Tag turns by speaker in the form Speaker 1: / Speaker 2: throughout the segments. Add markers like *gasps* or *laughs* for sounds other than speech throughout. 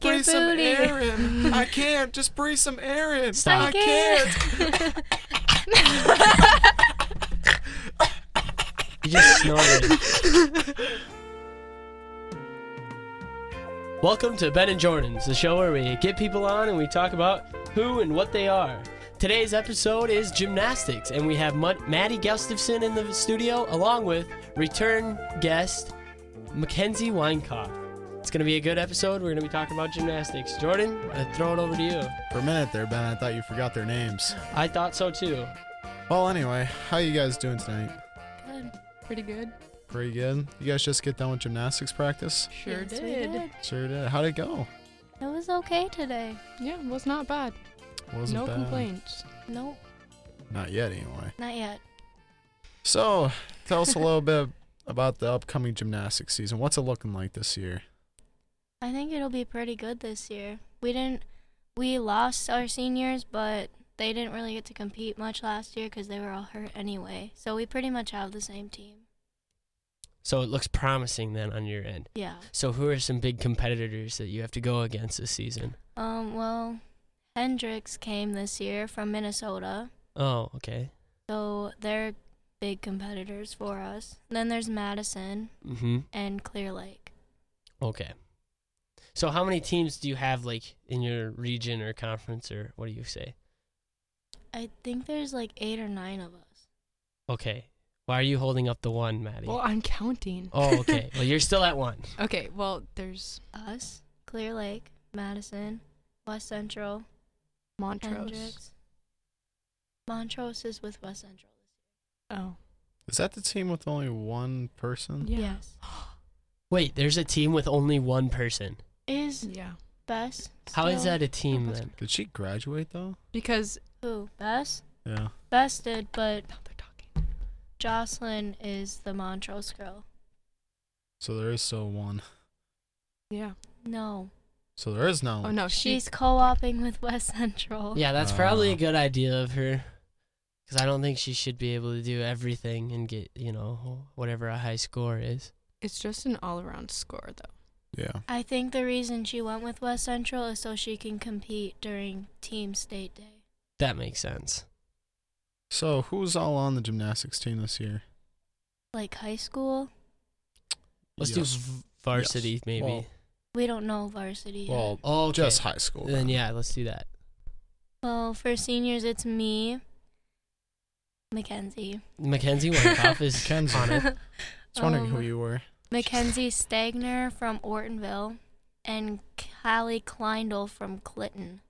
Speaker 1: just breathe some
Speaker 2: your booty.
Speaker 1: air in. I can't. Just breathe some air in. I
Speaker 2: Stop.
Speaker 1: can't.
Speaker 3: You just snorted. Welcome to Ben and Jordan's, the show where we get people on and we talk about who and what they are. Today's episode is gymnastics, and we have Mud- Maddie Gustafson in the studio along with return guest Mackenzie Weinkoff. It's going to be a good episode. We're going to be talking about gymnastics. Jordan, I throw it over to you.
Speaker 4: For a minute there, Ben, I thought you forgot their names.
Speaker 3: I thought so too.
Speaker 4: Well, anyway, how you guys doing tonight?
Speaker 2: Good. Pretty good.
Speaker 4: Pretty good. You guys just get done with gymnastics practice?
Speaker 2: Sure
Speaker 5: Yes, we
Speaker 2: did.
Speaker 5: did.
Speaker 4: Sure did. How'd it go?
Speaker 5: It was okay today.
Speaker 2: Yeah, it was not bad.
Speaker 4: Wasn't
Speaker 2: no
Speaker 4: bad.
Speaker 2: complaints.
Speaker 5: Nope,
Speaker 4: Not yet, anyway.
Speaker 5: not yet.
Speaker 4: So, tell us a little bit about the upcoming gymnastics season. What's it looking like this year?
Speaker 5: I think it'll be pretty good this year. We didn't, we lost our seniors, but they didn't really get to compete much last year because they were all hurt anyway. So we pretty much have the same team.
Speaker 3: So it looks promising then on your end.
Speaker 5: Yeah.
Speaker 3: So, who are some big competitors that you have to go against this season?
Speaker 5: Um. Well, Hendrix came this year from Minnesota,
Speaker 3: Oh, okay.
Speaker 5: so they're big competitors for us. Then there's Madison
Speaker 3: Mm-hmm.
Speaker 5: and Clear Lake.
Speaker 3: Okay. So how many teams do you have like in your region or conference or what do you say?
Speaker 5: I think there's like eight or nine of us.
Speaker 3: Okay. Why are you holding up the one, Maddie?
Speaker 2: Well, I'm counting.
Speaker 3: oh, okay. well, you're still at one.
Speaker 2: *laughs* okay, well, there's
Speaker 5: Us, Clear Lake, Madison, West Central,
Speaker 2: Montrose.
Speaker 5: Hendricks. Montrose is with West Central.
Speaker 2: Oh.
Speaker 4: Is that the team with only one person?
Speaker 2: Yeah.
Speaker 5: Yes.
Speaker 3: Wait, there's a team with only one person.
Speaker 5: Is
Speaker 2: Yeah.
Speaker 5: Bess?
Speaker 3: How is
Speaker 5: still-
Speaker 3: that a team
Speaker 2: that's
Speaker 3: then?
Speaker 4: Did she graduate, though?
Speaker 2: Because
Speaker 5: Who? Bess?
Speaker 4: Yeah.
Speaker 5: Bess did, but
Speaker 2: now they're talking.
Speaker 5: Jocelyn is the Montrose girl.
Speaker 4: So there is still one.
Speaker 2: Yeah.
Speaker 5: No.
Speaker 4: So there is now
Speaker 2: Oh no, she's
Speaker 5: She's co oping with West Central.
Speaker 3: Yeah, that's probably a
Speaker 4: Oh.
Speaker 3: good idea of her. Because I don't think she should be able to do everything and get, you know, whatever a high score is.
Speaker 2: it's just an all-around score though.
Speaker 4: Yeah.
Speaker 5: I think the reason she went with West Central is so she can compete during team state day.
Speaker 3: That makes sense.
Speaker 4: So who's all on the gymnastics team this year?
Speaker 5: Like high school?
Speaker 3: Let's
Speaker 4: Yes.
Speaker 3: do v- varsity
Speaker 4: Yes.
Speaker 3: maybe.
Speaker 4: Well-
Speaker 5: We don't know varsity yet.
Speaker 4: Well,
Speaker 3: oh, okay.
Speaker 4: just high school.
Speaker 3: Then yeah, let's do that.
Speaker 5: Well, for seniors, it's me, Mackenzie.
Speaker 3: Mackenzie
Speaker 4: *laughs*
Speaker 3: Wyckoff is
Speaker 4: Mackenzie.
Speaker 3: on
Speaker 5: I
Speaker 3: it.
Speaker 4: was wondering who you were.
Speaker 5: Mackenzie Stagner from Ortonville and Callie Kleindel from Clinton.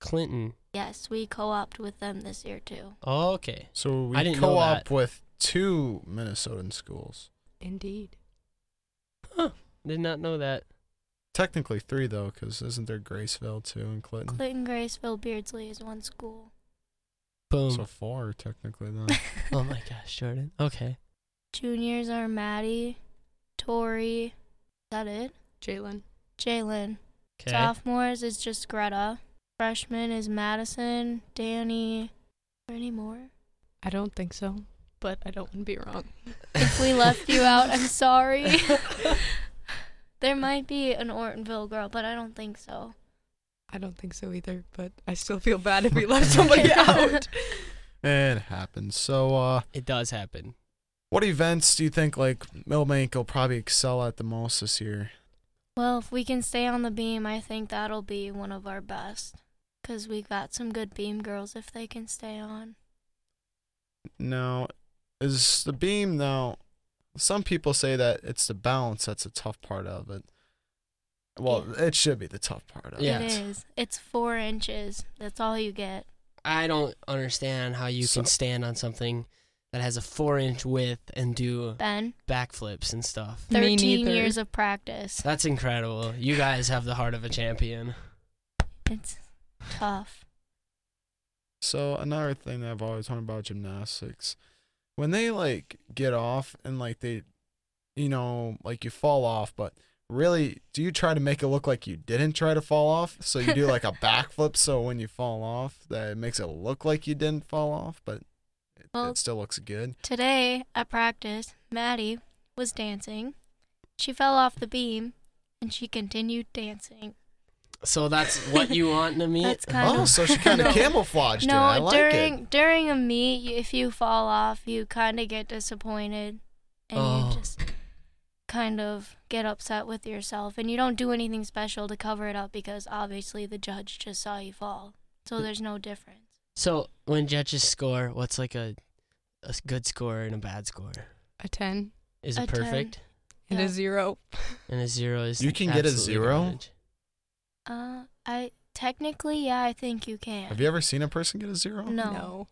Speaker 3: Clinton.
Speaker 5: Yes, we co opt with them this year too.
Speaker 3: Oh, okay.
Speaker 4: So we
Speaker 3: I didn't know
Speaker 4: co-op
Speaker 3: that.
Speaker 4: with two Minnesotan schools.
Speaker 2: Indeed.
Speaker 3: Did not know that.
Speaker 4: Technically three though, because isn't there Graceville too and Clinton?
Speaker 5: Clinton Graceville Beardsley is one school.
Speaker 3: Boom.
Speaker 4: So four technically then.
Speaker 3: oh my gosh, Jordan. Okay.
Speaker 5: *laughs* Juniors are Maddie, Tori. Is that it?
Speaker 2: Jalen.
Speaker 5: Jalen.
Speaker 3: Okay.
Speaker 5: Sophomores is just Greta. Freshmen is Madison, Danny. Are there any more?
Speaker 2: I don't think so, but I don't want to be wrong.
Speaker 5: If we left you out, I'm sorry. *laughs* there might be an Ortonville girl, but I don't think so.
Speaker 2: I don't think so either, but I still feel bad if we left *laughs* somebody out.
Speaker 4: it happens. So uh
Speaker 3: *laughs* It does happen.
Speaker 4: what events do you think like Millbank will probably excel at the most this year?
Speaker 5: Well, if we can stay on the beam, I think that'll be one of our best. Because we've got some good beam girls if they can stay on.
Speaker 4: Now is the beam now some people say that it's the balance that's a tough part of it. Well, it should be the tough part of
Speaker 3: Yeah.
Speaker 5: It
Speaker 4: it.
Speaker 5: is. It's four inches. That's all you get.
Speaker 3: I don't understand how you
Speaker 4: So-
Speaker 3: can stand on something that has a four inch width and do
Speaker 5: Ben,
Speaker 3: backflips and stuff.
Speaker 2: Me
Speaker 5: 13
Speaker 2: neither.
Speaker 5: years of practice.
Speaker 3: That's incredible. You guys have the heart of a champion.
Speaker 5: It's tough.
Speaker 4: So another thing that I've always wondered about gymnastics, when they like get off and like they, you know, like you fall off, but really, do you try to make it look like you didn't try to fall off? So you do
Speaker 5: *laughs*
Speaker 4: like a backflip, so when you fall off, that it makes it look like you didn't fall off, but it,
Speaker 5: Well-
Speaker 4: it still looks good.
Speaker 5: Today at practice, Maddie was dancing. She fell off the beam and she continued dancing.
Speaker 3: So that's what you want to meet?
Speaker 5: That's kind
Speaker 4: Oh,
Speaker 5: of
Speaker 4: so she
Speaker 5: *laughs*
Speaker 4: kind of
Speaker 5: No.
Speaker 4: camouflaged it. I like
Speaker 5: during
Speaker 4: it.
Speaker 5: during a meet, y- if you fall off, you kind of get disappointed, and
Speaker 3: Oh.
Speaker 5: you just kind of get upset with yourself, and you don't do anything special to cover it up because obviously the judge just saw you fall, so there's no difference.
Speaker 3: So when judges score, what's like a a s- good score and a bad score?
Speaker 2: A 10
Speaker 3: Is it
Speaker 5: A 10.
Speaker 3: perfect?
Speaker 2: and
Speaker 5: Yeah.
Speaker 2: a 0.
Speaker 3: And a zero is
Speaker 4: You can get a
Speaker 3: absolutely
Speaker 4: zero?
Speaker 3: garbage.
Speaker 5: Uh, I technically, yeah, I think you can.
Speaker 4: Have you ever seen a person get a zero?
Speaker 5: no.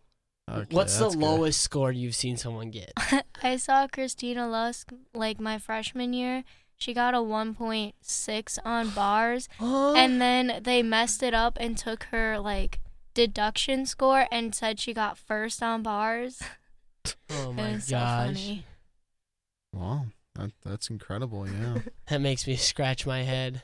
Speaker 2: No.
Speaker 4: Okay,
Speaker 3: What's the
Speaker 4: that's good.
Speaker 3: lowest score you've seen
Speaker 5: *laughs*
Speaker 3: someone get?
Speaker 5: *laughs* I saw Christina Lusk like my freshman year. She got a 1.6 on bars, and then they messed it up and took her like deduction score and said she got first on bars.
Speaker 3: oh
Speaker 5: it
Speaker 3: my
Speaker 5: was so
Speaker 3: gosh,
Speaker 5: funny.
Speaker 4: Wow, that, that's
Speaker 5: *laughs*
Speaker 4: incredible. Yeah.
Speaker 3: that makes me scratch my head.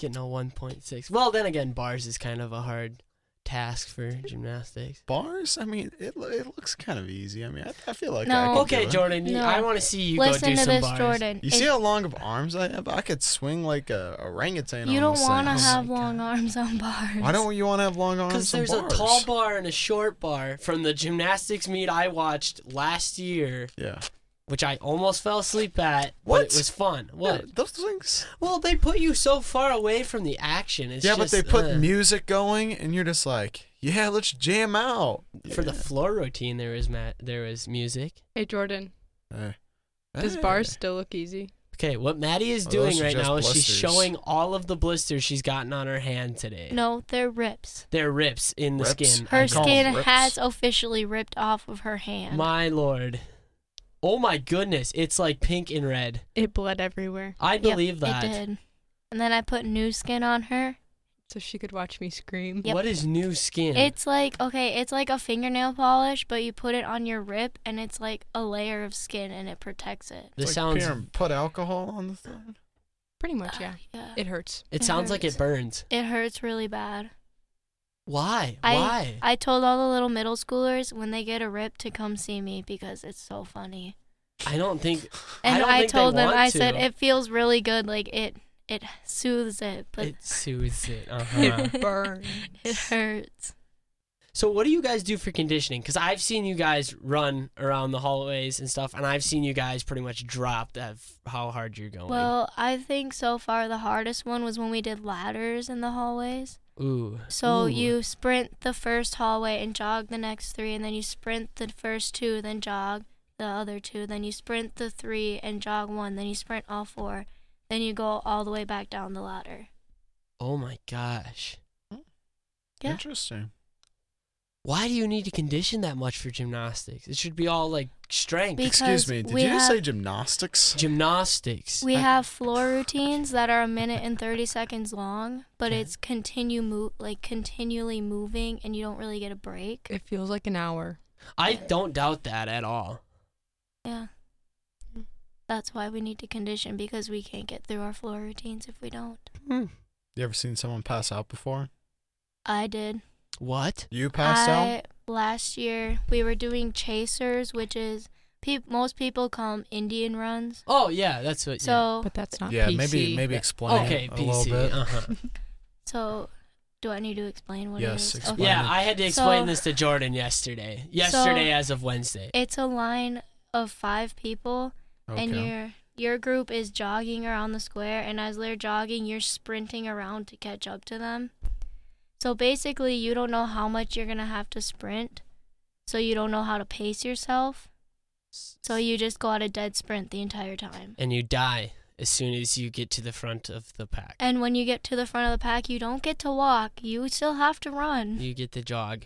Speaker 3: Getting a one point six. Well, then again, bars is kind of a hard task
Speaker 5: *laughs*
Speaker 3: for gymnastics.
Speaker 4: Bars. I mean, it lo- it looks kind of easy. I mean, I, I feel like I
Speaker 5: No.
Speaker 4: could
Speaker 3: Okay,
Speaker 4: do it.
Speaker 3: Jordan,
Speaker 5: No.
Speaker 3: I want to see you
Speaker 5: Listen
Speaker 3: go do
Speaker 5: to
Speaker 3: some
Speaker 5: this,
Speaker 3: bars.
Speaker 5: Jordan.
Speaker 4: You
Speaker 5: If
Speaker 4: see how long of arms I have? I could swing like a orangutan.
Speaker 5: you
Speaker 4: on
Speaker 5: don't
Speaker 4: this
Speaker 5: want to
Speaker 4: thing.
Speaker 3: Oh my
Speaker 5: have long
Speaker 3: God.
Speaker 5: arms on bars.
Speaker 4: Why don't you want to have long arms?
Speaker 3: Because
Speaker 4: on
Speaker 3: there's
Speaker 4: bars?
Speaker 3: a tall bar and a short bar from the gymnastics meet I watched last year,
Speaker 4: Yeah.
Speaker 3: which I almost fell asleep at.
Speaker 4: What?
Speaker 3: But it was fun. What?
Speaker 4: Yeah, those things.
Speaker 3: Well, they put you so far away from the action. It's
Speaker 4: yeah,
Speaker 3: just,
Speaker 4: but they put
Speaker 3: uh,
Speaker 4: music going, and you're just like, yeah, let's jam out.
Speaker 3: for the
Speaker 4: Yeah.
Speaker 3: floor routine. There was ma- there was music.
Speaker 2: Hey, Jordan,
Speaker 4: Eh. *laughs*
Speaker 2: does
Speaker 4: Eh.
Speaker 2: bars still look easy?
Speaker 3: Okay, what Maddie is
Speaker 4: Oh,
Speaker 3: doing
Speaker 4: those are
Speaker 3: right
Speaker 4: just
Speaker 3: now is she's
Speaker 4: blisters.
Speaker 3: showing all of the blisters she's gotten on her hand today.
Speaker 5: No, they're rips.
Speaker 3: They're rips in the
Speaker 4: Rips?
Speaker 3: skin.
Speaker 5: Her
Speaker 4: I call 'em
Speaker 5: skin
Speaker 4: rips.
Speaker 5: has officially ripped off of her hand.
Speaker 3: My lord. Oh my goodness, it's like pink and red.
Speaker 2: It bled everywhere
Speaker 3: I
Speaker 5: Yep,
Speaker 3: believe that.
Speaker 5: It did. And then I put new skin on her.
Speaker 2: so she could watch me scream.
Speaker 5: Yep.
Speaker 3: What is new skin?
Speaker 5: It's like okay, it's like a fingernail polish, but you put it on your rip, and it's like a layer of skin, and it protects it.
Speaker 3: this
Speaker 4: Like,
Speaker 3: sounds
Speaker 4: Pierre, put alcohol on the thing.
Speaker 2: Pretty much, yeah.
Speaker 5: Ah, yeah.
Speaker 2: It
Speaker 5: *laughs*
Speaker 2: hurts.
Speaker 3: it
Speaker 5: it
Speaker 3: sounds like it
Speaker 5: hurts.
Speaker 3: burns.
Speaker 5: It hurts really bad.
Speaker 3: Why?
Speaker 5: I,
Speaker 3: Why?
Speaker 5: I told all the little middle schoolers when they get a rip to come see me because it's so funny.
Speaker 3: I don't think I
Speaker 5: And
Speaker 3: don't
Speaker 5: I,
Speaker 3: think they
Speaker 5: told them,
Speaker 3: want
Speaker 5: I said
Speaker 3: to.
Speaker 5: it feels really good, like it it soothes it, but
Speaker 3: it soothes it.
Speaker 5: *laughs*
Speaker 3: Uh-huh.
Speaker 2: Burn.
Speaker 5: it hurts.
Speaker 3: So what do you guys do for conditioning? Because I've seen you guys run around the hallways and stuff, and I've seen you guys pretty much drop that f- how hard you're going.
Speaker 5: Well, I think so far the hardest one was when we did ladders in the hallways.
Speaker 3: Ooh.
Speaker 5: So
Speaker 3: Ooh.
Speaker 5: you sprint the first hallway and jog the next three, and then you sprint the first two, then jog the other two, then you sprint the three and jog one, then you sprint all four, then you go all the way back down the ladder.
Speaker 3: Oh my gosh.
Speaker 5: Yeah.
Speaker 4: Interesting.
Speaker 3: Why do you need to condition that much for gymnastics? It should be all like strength.
Speaker 5: Be- Because
Speaker 4: Excuse me. Did
Speaker 5: we
Speaker 4: you
Speaker 5: have-
Speaker 4: say gymnastics?
Speaker 3: gymnastics.
Speaker 5: We
Speaker 3: I-
Speaker 5: have floor routines that are a minute and 30 seconds long, but
Speaker 3: Okay.
Speaker 5: it's continue mo- like continually moving and you don't really get a break.
Speaker 2: It feels like an hour.
Speaker 3: *laughs* I don't doubt that at all.
Speaker 5: Yeah. That's why we need to condition because we can't get through our floor routines if we don't.
Speaker 4: You ever seen someone pass out before?
Speaker 5: I did.
Speaker 3: What?
Speaker 4: You passed
Speaker 5: I
Speaker 4: out.
Speaker 5: last year we were doing chasers, which is peop most people call 'em Indian runs.
Speaker 3: Oh yeah, that's what. yeah.
Speaker 5: So
Speaker 2: But that's not
Speaker 4: Yeah,
Speaker 2: PC.
Speaker 4: maybe maybe
Speaker 3: Yeah.
Speaker 4: explain
Speaker 3: okay,
Speaker 4: it a
Speaker 3: PC.
Speaker 4: little bit.
Speaker 5: uh,
Speaker 3: Uh-huh.
Speaker 5: so do I need to explain what
Speaker 4: Yes,
Speaker 5: it is?
Speaker 4: explain
Speaker 3: yeah,
Speaker 4: it.
Speaker 3: I had to explain
Speaker 5: So-
Speaker 3: this to Jordan yesterday. Yesterday, as of Wednesday.
Speaker 5: It's a line of 5 people
Speaker 4: Okay.
Speaker 5: and your your group is jogging around the square and as they're jogging you're sprinting around to catch up to them so basically you don't know how much you're gonna have to sprint so you don't know how to pace yourself so you just go at a dead sprint the entire time
Speaker 3: and you die as soon as you get to the front of the pack.
Speaker 5: and when you get to the front of the pack you don't get to walk you still have to run
Speaker 3: you get the jog.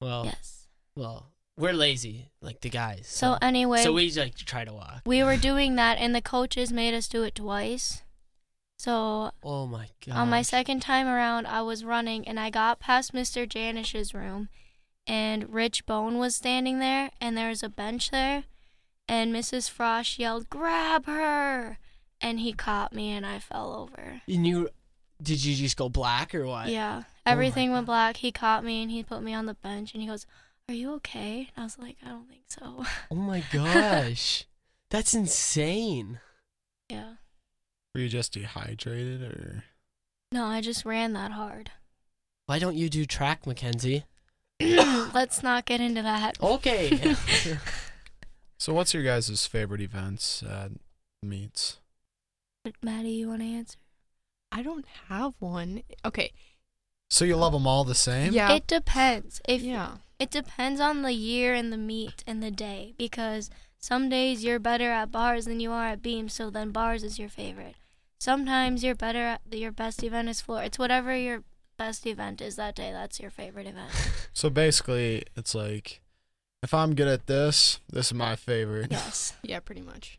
Speaker 3: Well,
Speaker 5: yes
Speaker 3: well, we're lazy, like the guys.
Speaker 5: so
Speaker 3: So,
Speaker 5: anyway
Speaker 3: so we like try to walk.
Speaker 5: we were doing that and the coaches made us do it twice so
Speaker 3: Oh my god.
Speaker 5: On my second time around, I was running and I got past Mr. Janish's room, and Rich Bone was standing there, and there was a bench there, and Mrs. Frost yelled, "Grab her!" and he caught me, and I fell over.
Speaker 3: And you, did you just go black or what?
Speaker 5: Yeah,
Speaker 3: oh my
Speaker 5: everything went
Speaker 3: God.
Speaker 5: black. He caught me, and he put me on the bench, and he goes, "Are you okay?" And I was like, "I don't think so." *laughs*
Speaker 3: Oh my gosh, that's insane.
Speaker 5: yeah.
Speaker 4: Were you just dehydrated or?
Speaker 5: No, I just ran that
Speaker 3: *gasps*
Speaker 5: hard.
Speaker 3: Why don't you do track, Mackenzie?
Speaker 5: Let's not get into that. *laughs*
Speaker 3: Okay. *laughs*
Speaker 4: So what's your guys' favorite events at meets?
Speaker 5: But Maddie, you want to answer?
Speaker 2: I don't have one. Okay.
Speaker 4: So you love them all the same?
Speaker 2: Yeah.
Speaker 5: It depends. If
Speaker 2: yeah.
Speaker 5: It depends on the year and the meet and the day because some days you're better at bars than you are at beams, so then bars is your favorite. Sometimes you're better at your best event is floor. It's whatever your best event is that day. That's your favorite
Speaker 3: *laughs*
Speaker 5: event.
Speaker 4: So basically, it's like if I'm good at this, this is my favorite.
Speaker 5: yes.
Speaker 2: Yeah, pretty much.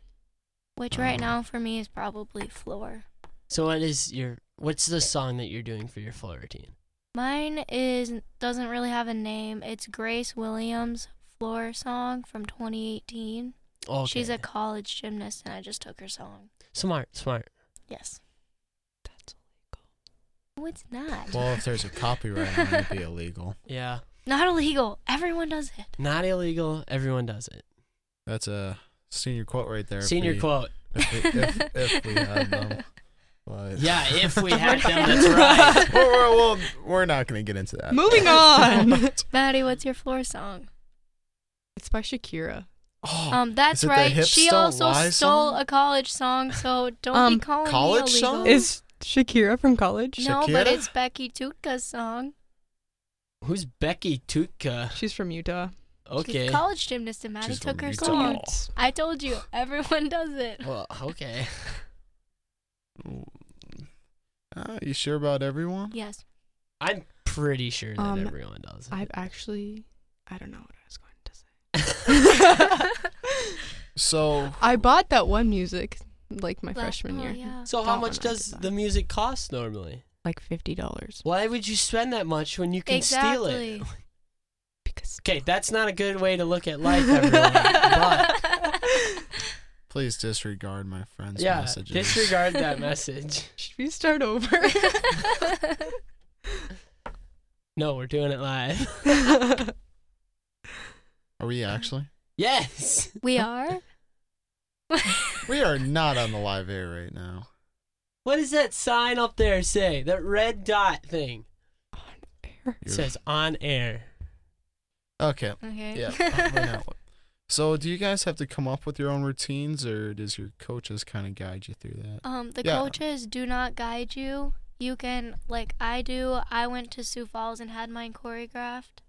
Speaker 5: Which right now for me is probably floor.
Speaker 3: so what is your what's the song that you're doing for your floor routine?
Speaker 5: Mine is doesn't really have a name. It's Grace Williams' floor song from 2018.
Speaker 3: Okay.
Speaker 5: She's a college gymnast, and I just took her song.
Speaker 3: smart, smart.
Speaker 5: Yes.
Speaker 2: That's
Speaker 5: No, it's not.
Speaker 4: Well, if there's a copyright, it might be illegal.
Speaker 3: Yeah.
Speaker 5: Not illegal. Everyone does it.
Speaker 3: Not illegal. Everyone does it.
Speaker 4: That's a senior quote right there. if
Speaker 3: Senior
Speaker 4: we-
Speaker 3: quote.
Speaker 4: If we, if, if we had them. But-
Speaker 3: Yeah, if we had
Speaker 5: *laughs*
Speaker 3: them, that's right.
Speaker 4: Well, *laughs* we're, well, we're not going to get into that. *laughs*
Speaker 2: Moving on.
Speaker 5: Maddie, what's your floor song?
Speaker 2: it's by Shakira.
Speaker 4: Oh,
Speaker 5: Um, that's
Speaker 4: it the
Speaker 5: right.
Speaker 4: hips
Speaker 5: She
Speaker 4: don't
Speaker 5: also
Speaker 4: lie
Speaker 5: stole
Speaker 4: song?
Speaker 5: a college song, so don't
Speaker 2: Um,
Speaker 5: be calling
Speaker 4: college
Speaker 5: me illegal.
Speaker 4: song?
Speaker 2: Is Shakira from college?
Speaker 5: no, but
Speaker 4: Shakira?
Speaker 5: it's Becky Tutka's song.
Speaker 3: Who's Becky Tutka?
Speaker 2: She's from Utah.
Speaker 5: She's
Speaker 3: Okay.
Speaker 5: a college gymnast, and Maddie
Speaker 4: She's
Speaker 5: took
Speaker 4: from
Speaker 5: her
Speaker 4: Utah.
Speaker 5: song.
Speaker 2: Cute.
Speaker 5: I told you, everyone does it.
Speaker 3: Well, okay. *laughs*
Speaker 5: Um,
Speaker 4: Ah, you sure about everyone?
Speaker 5: Yes.
Speaker 3: I'm pretty sure that
Speaker 2: Um,
Speaker 3: everyone does.
Speaker 2: I've actually, I don't know what I was going to say.
Speaker 5: Oh.
Speaker 4: So,
Speaker 2: I bought that one music like my
Speaker 5: But-
Speaker 2: freshman
Speaker 5: oh,
Speaker 2: year.
Speaker 5: yeah.
Speaker 3: so how
Speaker 2: That
Speaker 3: much
Speaker 2: one I
Speaker 3: does
Speaker 2: did buy.
Speaker 3: the music cost normally?
Speaker 2: Like fifty dollars?
Speaker 3: Why would you spend that much when you can
Speaker 5: Exactly.
Speaker 3: steal it?
Speaker 2: Because
Speaker 3: Okay, that's not a good way to look at
Speaker 5: *laughs*
Speaker 3: life, everyone. but
Speaker 4: please disregard my friend's
Speaker 3: yeah,
Speaker 4: messages.
Speaker 3: disregard that message.
Speaker 2: should we
Speaker 5: *laughs*
Speaker 2: start over? *laughs*
Speaker 3: No, we're doing it live.
Speaker 5: *laughs*
Speaker 4: Are we actually?
Speaker 3: Yes.
Speaker 5: we are. *laughs*
Speaker 4: We are not on the live air right now.
Speaker 3: What does that sign up there say? That red dot thing it
Speaker 4: You're-
Speaker 3: says on air.
Speaker 4: okay.
Speaker 5: Okay. *laughs*
Speaker 4: Yeah. we're not. So, do you guys have to come up with your own routines, or does your coaches kind of guide you through that?
Speaker 5: Um, the
Speaker 4: Yeah.
Speaker 5: coaches do not guide you. You can, like I do, I went to Sioux Falls and had mine choreographed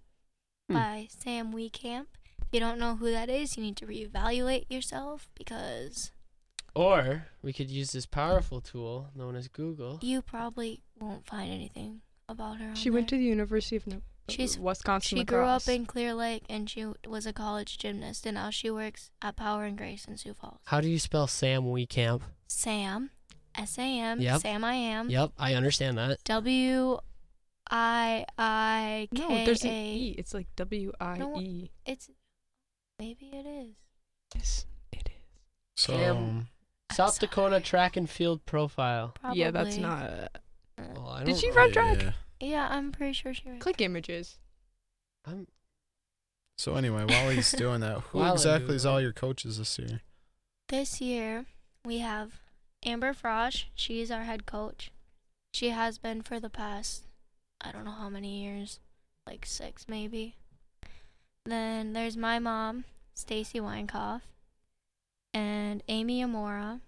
Speaker 3: Hmm.
Speaker 5: by Sam Weekamp. If you don't know who that is, you need to reevaluate yourself because
Speaker 3: Or we could use this powerful tool known as Google.
Speaker 5: you probably won't find anything about her. on
Speaker 2: she went to
Speaker 5: there.
Speaker 2: the University of New-
Speaker 5: She's-
Speaker 2: Wisconsin.
Speaker 5: She grew up
Speaker 2: Lacrosse.
Speaker 5: in Clear Lake and she w- was a college gymnast, and now she works at Power and Grace in Sioux Falls.
Speaker 3: How do you spell Sam Weekamp?
Speaker 5: Sam, S A M,
Speaker 3: Yep.
Speaker 5: Sam I am,
Speaker 3: Yep, I understand that.
Speaker 5: W I I K A.
Speaker 2: No, there's an E. It's like W I E.
Speaker 5: It's maybe it is.
Speaker 2: Yes, it is.
Speaker 4: So,
Speaker 3: Sam.
Speaker 5: I'm
Speaker 3: South Dakota
Speaker 5: sorry.
Speaker 3: track and field profile.
Speaker 5: Probably.
Speaker 2: Yeah, that's not. uh,
Speaker 5: Uh,
Speaker 3: Well, I
Speaker 2: Did
Speaker 3: don't
Speaker 2: she
Speaker 3: know.
Speaker 2: run track?
Speaker 4: yeah.
Speaker 5: Yeah, I'm pretty sure she. Right.
Speaker 2: Click images.
Speaker 3: I'm,
Speaker 4: So anyway, while he's doing
Speaker 3: *laughs*
Speaker 4: that, who
Speaker 3: While I'm
Speaker 4: exactly is
Speaker 3: doing
Speaker 4: all
Speaker 3: that.
Speaker 4: your coaches this year?
Speaker 5: This year we have Amber Frosch. She's our head coach. She has been for the past I don't know how many years, like six maybe. Then there's my mom, Stacy Weinkoff, and Amy Amora,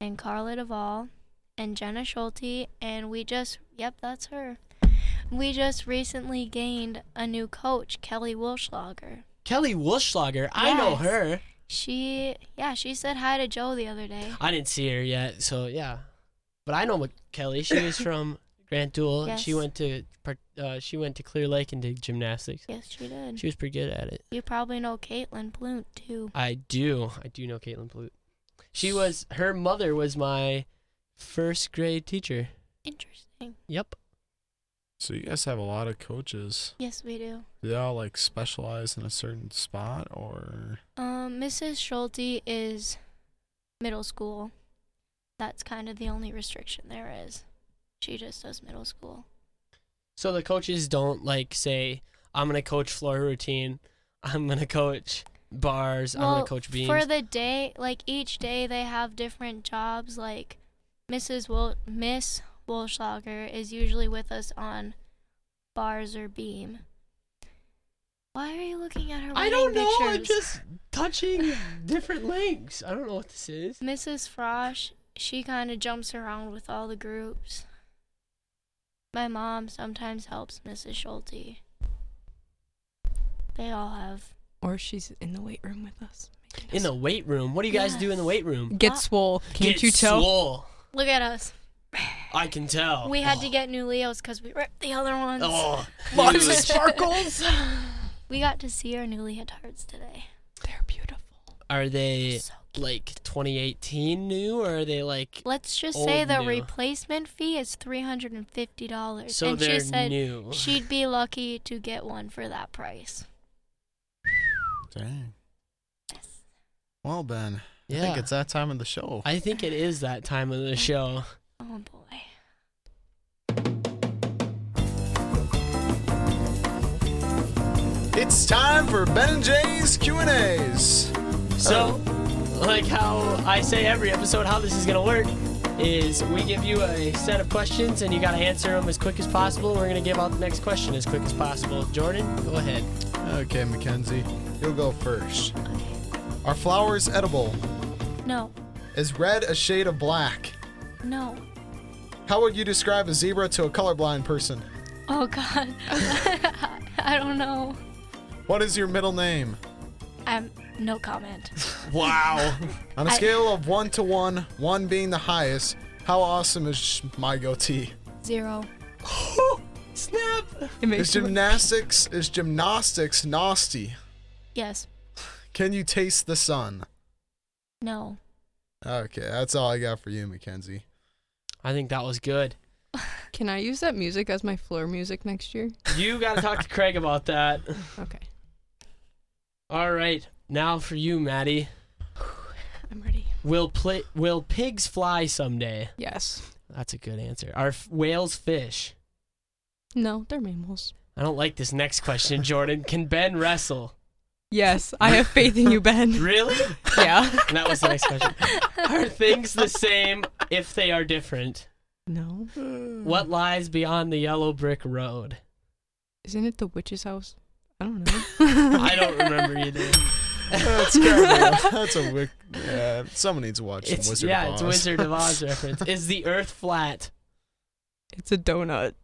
Speaker 5: and Carla Duvall, and Jenna Schulte, and we just yep, that's her. We just recently gained a new coach, Kelly Wilschlager.
Speaker 3: Kelly Wulschlager. I know
Speaker 5: Yes.
Speaker 3: her.
Speaker 5: She yeah, she said hi to Joe the other day.
Speaker 3: I didn't see her yet, so yeah. But I know what Kelly. She
Speaker 5: *coughs*
Speaker 3: was from Grant Dual. and She
Speaker 5: Yes.
Speaker 3: went to par- uh, she went to Clear Lake and did gymnastics.
Speaker 5: Yes, she did.
Speaker 3: She was pretty good at it.
Speaker 5: you probably know Caitlin Blunt too.
Speaker 3: I do. I do know Caitlin Blute. She was her mother was my first grade teacher.
Speaker 5: Interesting.
Speaker 3: Yep.
Speaker 4: So you guys have a lot of coaches.
Speaker 5: Yes, we do.
Speaker 4: Do they all like specialize in a certain spot, or
Speaker 5: Um, Mrs. Schulte is middle school. That's kind of the only restriction there is. She just does middle school.
Speaker 3: So the coaches don't like say, I'm gonna coach floor routine, I'm gonna coach bars, I'm gonna coach beams.
Speaker 5: for the day, like each day, they have different jobs. Like Mrs. Wil- Miss Wohlschlager is usually with us on bars or beam. Why are you looking at her?
Speaker 3: I don't
Speaker 5: wedding
Speaker 3: know. I'm
Speaker 5: pictures?
Speaker 3: just
Speaker 5: *laughs*
Speaker 3: touching different links. I don't know what this is.
Speaker 5: Mrs. Frosh, she kind of jumps around with all the groups. My mom sometimes helps Mrs. Schulte. They all have.
Speaker 2: Or she's in the weight room with us. making
Speaker 3: In
Speaker 2: us-
Speaker 3: the weight room. What do you guys do in the
Speaker 5: Yes.
Speaker 3: weight room?
Speaker 2: Get
Speaker 5: Uh,
Speaker 2: swole. Can't
Speaker 3: Get
Speaker 2: you tell?
Speaker 3: swole.
Speaker 5: Look at us.
Speaker 3: I can tell.
Speaker 5: We had
Speaker 3: oh.
Speaker 5: to get new Leos because we ripped the other ones.
Speaker 3: Oh,
Speaker 5: *laughs*
Speaker 2: Lots
Speaker 3: ew.
Speaker 2: of sparkles.
Speaker 5: We got to see our new leotards today.
Speaker 2: They're beautiful.
Speaker 3: Are they
Speaker 5: So cute.
Speaker 3: like 2018 new, or are they like
Speaker 5: Let's just
Speaker 3: Old
Speaker 5: say the
Speaker 3: new.
Speaker 5: replacement fee is three hundred and fifty dollars,
Speaker 3: so
Speaker 5: and
Speaker 3: they're
Speaker 5: she said
Speaker 3: new?
Speaker 5: she'd be lucky to get one for that price.
Speaker 4: Dang.
Speaker 5: Yes.
Speaker 4: Well, Ben, I
Speaker 3: yeah,
Speaker 4: think it's that time of the show.
Speaker 3: I think it is that time of the show.
Speaker 5: Oh boy.
Speaker 4: It's time for Ben and Jay's Q and A's.
Speaker 3: So, like how I say every episode, how this is gonna work is we give you a set of questions and you gotta answer them as quick as possible. We're gonna give out the next question as quick as possible. Jordan, go ahead.
Speaker 4: Okay, Mackenzie, you'll go first. Are flowers edible?
Speaker 5: No,
Speaker 4: Is red a shade of black?
Speaker 5: no.
Speaker 4: How would you describe a zebra to a colorblind person?
Speaker 5: Oh god. *laughs* I don't know.
Speaker 4: What is your middle name?
Speaker 5: I'm no comment.
Speaker 2: *laughs*
Speaker 3: Wow.
Speaker 4: On a
Speaker 5: I-
Speaker 4: scale of one to one, one being the highest, how awesome is sh- my goatee?
Speaker 5: Zero.
Speaker 3: *laughs* Snap.
Speaker 2: It
Speaker 4: Is
Speaker 2: makes you
Speaker 4: gymnastics is gymnastics nasty?
Speaker 5: Yes.
Speaker 4: Can you taste the sun?
Speaker 5: No. *laughs*
Speaker 4: Okay, that's all I got for you,
Speaker 3: *laughs*
Speaker 4: Mackenzie.
Speaker 3: I think that was good.
Speaker 2: *laughs* Can I use that music as my floor music next year?
Speaker 3: You gotta talk to Craig about that.
Speaker 2: Okay.
Speaker 3: All right, now for you, Maddie.
Speaker 2: I'm ready.
Speaker 3: Will pl- will pigs fly someday?
Speaker 2: Yes.
Speaker 3: That's a good answer. Are f- whales fish?
Speaker 2: No, they're mammals.
Speaker 3: I don't like this next question, Jordan. Can Ben wrestle?
Speaker 2: Yes, I have faith in
Speaker 3: *laughs*
Speaker 2: you, Ben.
Speaker 3: Really?
Speaker 2: yeah. *laughs*
Speaker 3: And that was the next question. Are things the same if they are different?
Speaker 2: No.
Speaker 3: What lies beyond the yellow brick road?
Speaker 2: Isn't it the witch's house? I don't know.
Speaker 3: I don't remember either.
Speaker 4: That's kind of *laughs* that's a wick. Yeah, someone needs to watch
Speaker 3: It's,
Speaker 4: Wizard
Speaker 3: yeah,
Speaker 4: of
Speaker 3: it's
Speaker 4: Oz.
Speaker 3: Wizard of Oz reference. Is the Earth flat?
Speaker 2: It's a donut.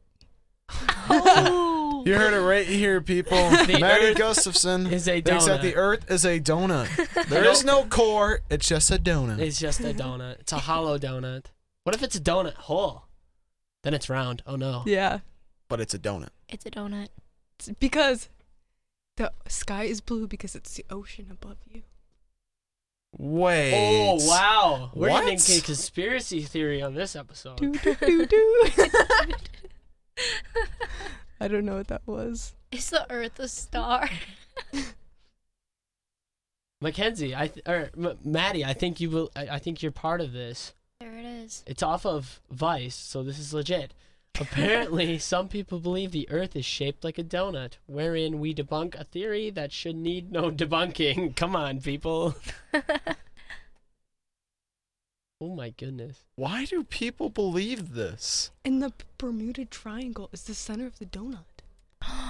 Speaker 5: Oh.
Speaker 4: *laughs* You heard it right here, people.
Speaker 3: *laughs* The
Speaker 4: Maddie
Speaker 3: Earth
Speaker 4: Gustafson
Speaker 3: Is a
Speaker 4: thinks
Speaker 3: donut?
Speaker 4: that the Earth is a donut.
Speaker 3: *laughs*
Speaker 4: There is no core. It's just a donut.
Speaker 3: It's just a donut. It's a hollow donut. What if it's a donut hole? Then it's round. Oh no.
Speaker 2: *laughs* Yeah.
Speaker 4: But it's a donut.
Speaker 5: It's a
Speaker 2: *laughs*
Speaker 5: donut.
Speaker 2: It's because the sky is blue because it's the ocean above
Speaker 3: *laughs*
Speaker 2: you.
Speaker 4: Wait.
Speaker 3: Oh wow. We're
Speaker 4: What?
Speaker 3: getting into conspiracy theory on this episode.
Speaker 2: Do do do do. I don't know what that was.
Speaker 5: Is the Earth a star?
Speaker 3: Mackenzie, I th- or M- Maddie, I think you will. I-, I think you're part of this.
Speaker 5: There it is.
Speaker 3: It's off of Vice, so this is legit.
Speaker 4: *laughs*
Speaker 3: Apparently, some people believe the Earth is shaped like a donut, wherein we debunk a theory that should need no debunking. *laughs* Come on, people. Oh my goodness.
Speaker 4: Why do people believe this?
Speaker 2: And the Bermuda Triangle is the center of the donut.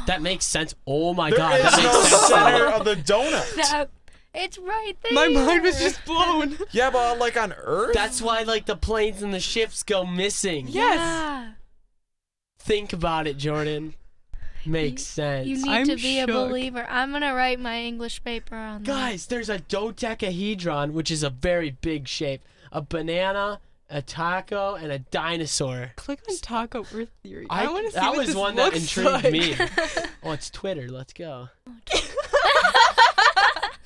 Speaker 3: That makes sense. Oh my
Speaker 4: There
Speaker 3: god.
Speaker 4: is
Speaker 3: That
Speaker 4: no
Speaker 3: makes sense.
Speaker 4: center of the
Speaker 3: *laughs*
Speaker 4: donut.
Speaker 5: *laughs* That- it's right there.
Speaker 2: My mind was just blown.
Speaker 4: Yeah, but like on Earth.
Speaker 3: That's why like the planes and the ships go missing.
Speaker 2: Yes.
Speaker 5: Yeah.
Speaker 3: Think about it, Jordan. Makes sense.
Speaker 5: You need
Speaker 2: I'm
Speaker 5: to be
Speaker 2: shook.
Speaker 5: a believer. I'm gonna write my English paper on that.
Speaker 3: Guys, there's a dodecahedron, which is a very big shape. A banana, a taco, and a dinosaur.
Speaker 2: Click on Taco Earth Theory. I,
Speaker 3: I-
Speaker 2: want to see
Speaker 3: that
Speaker 2: what
Speaker 3: was
Speaker 2: this
Speaker 3: one that
Speaker 2: looks
Speaker 3: intrigued
Speaker 2: like. *laughs*
Speaker 3: me. *laughs* Oh, it's Twitter. Let's go.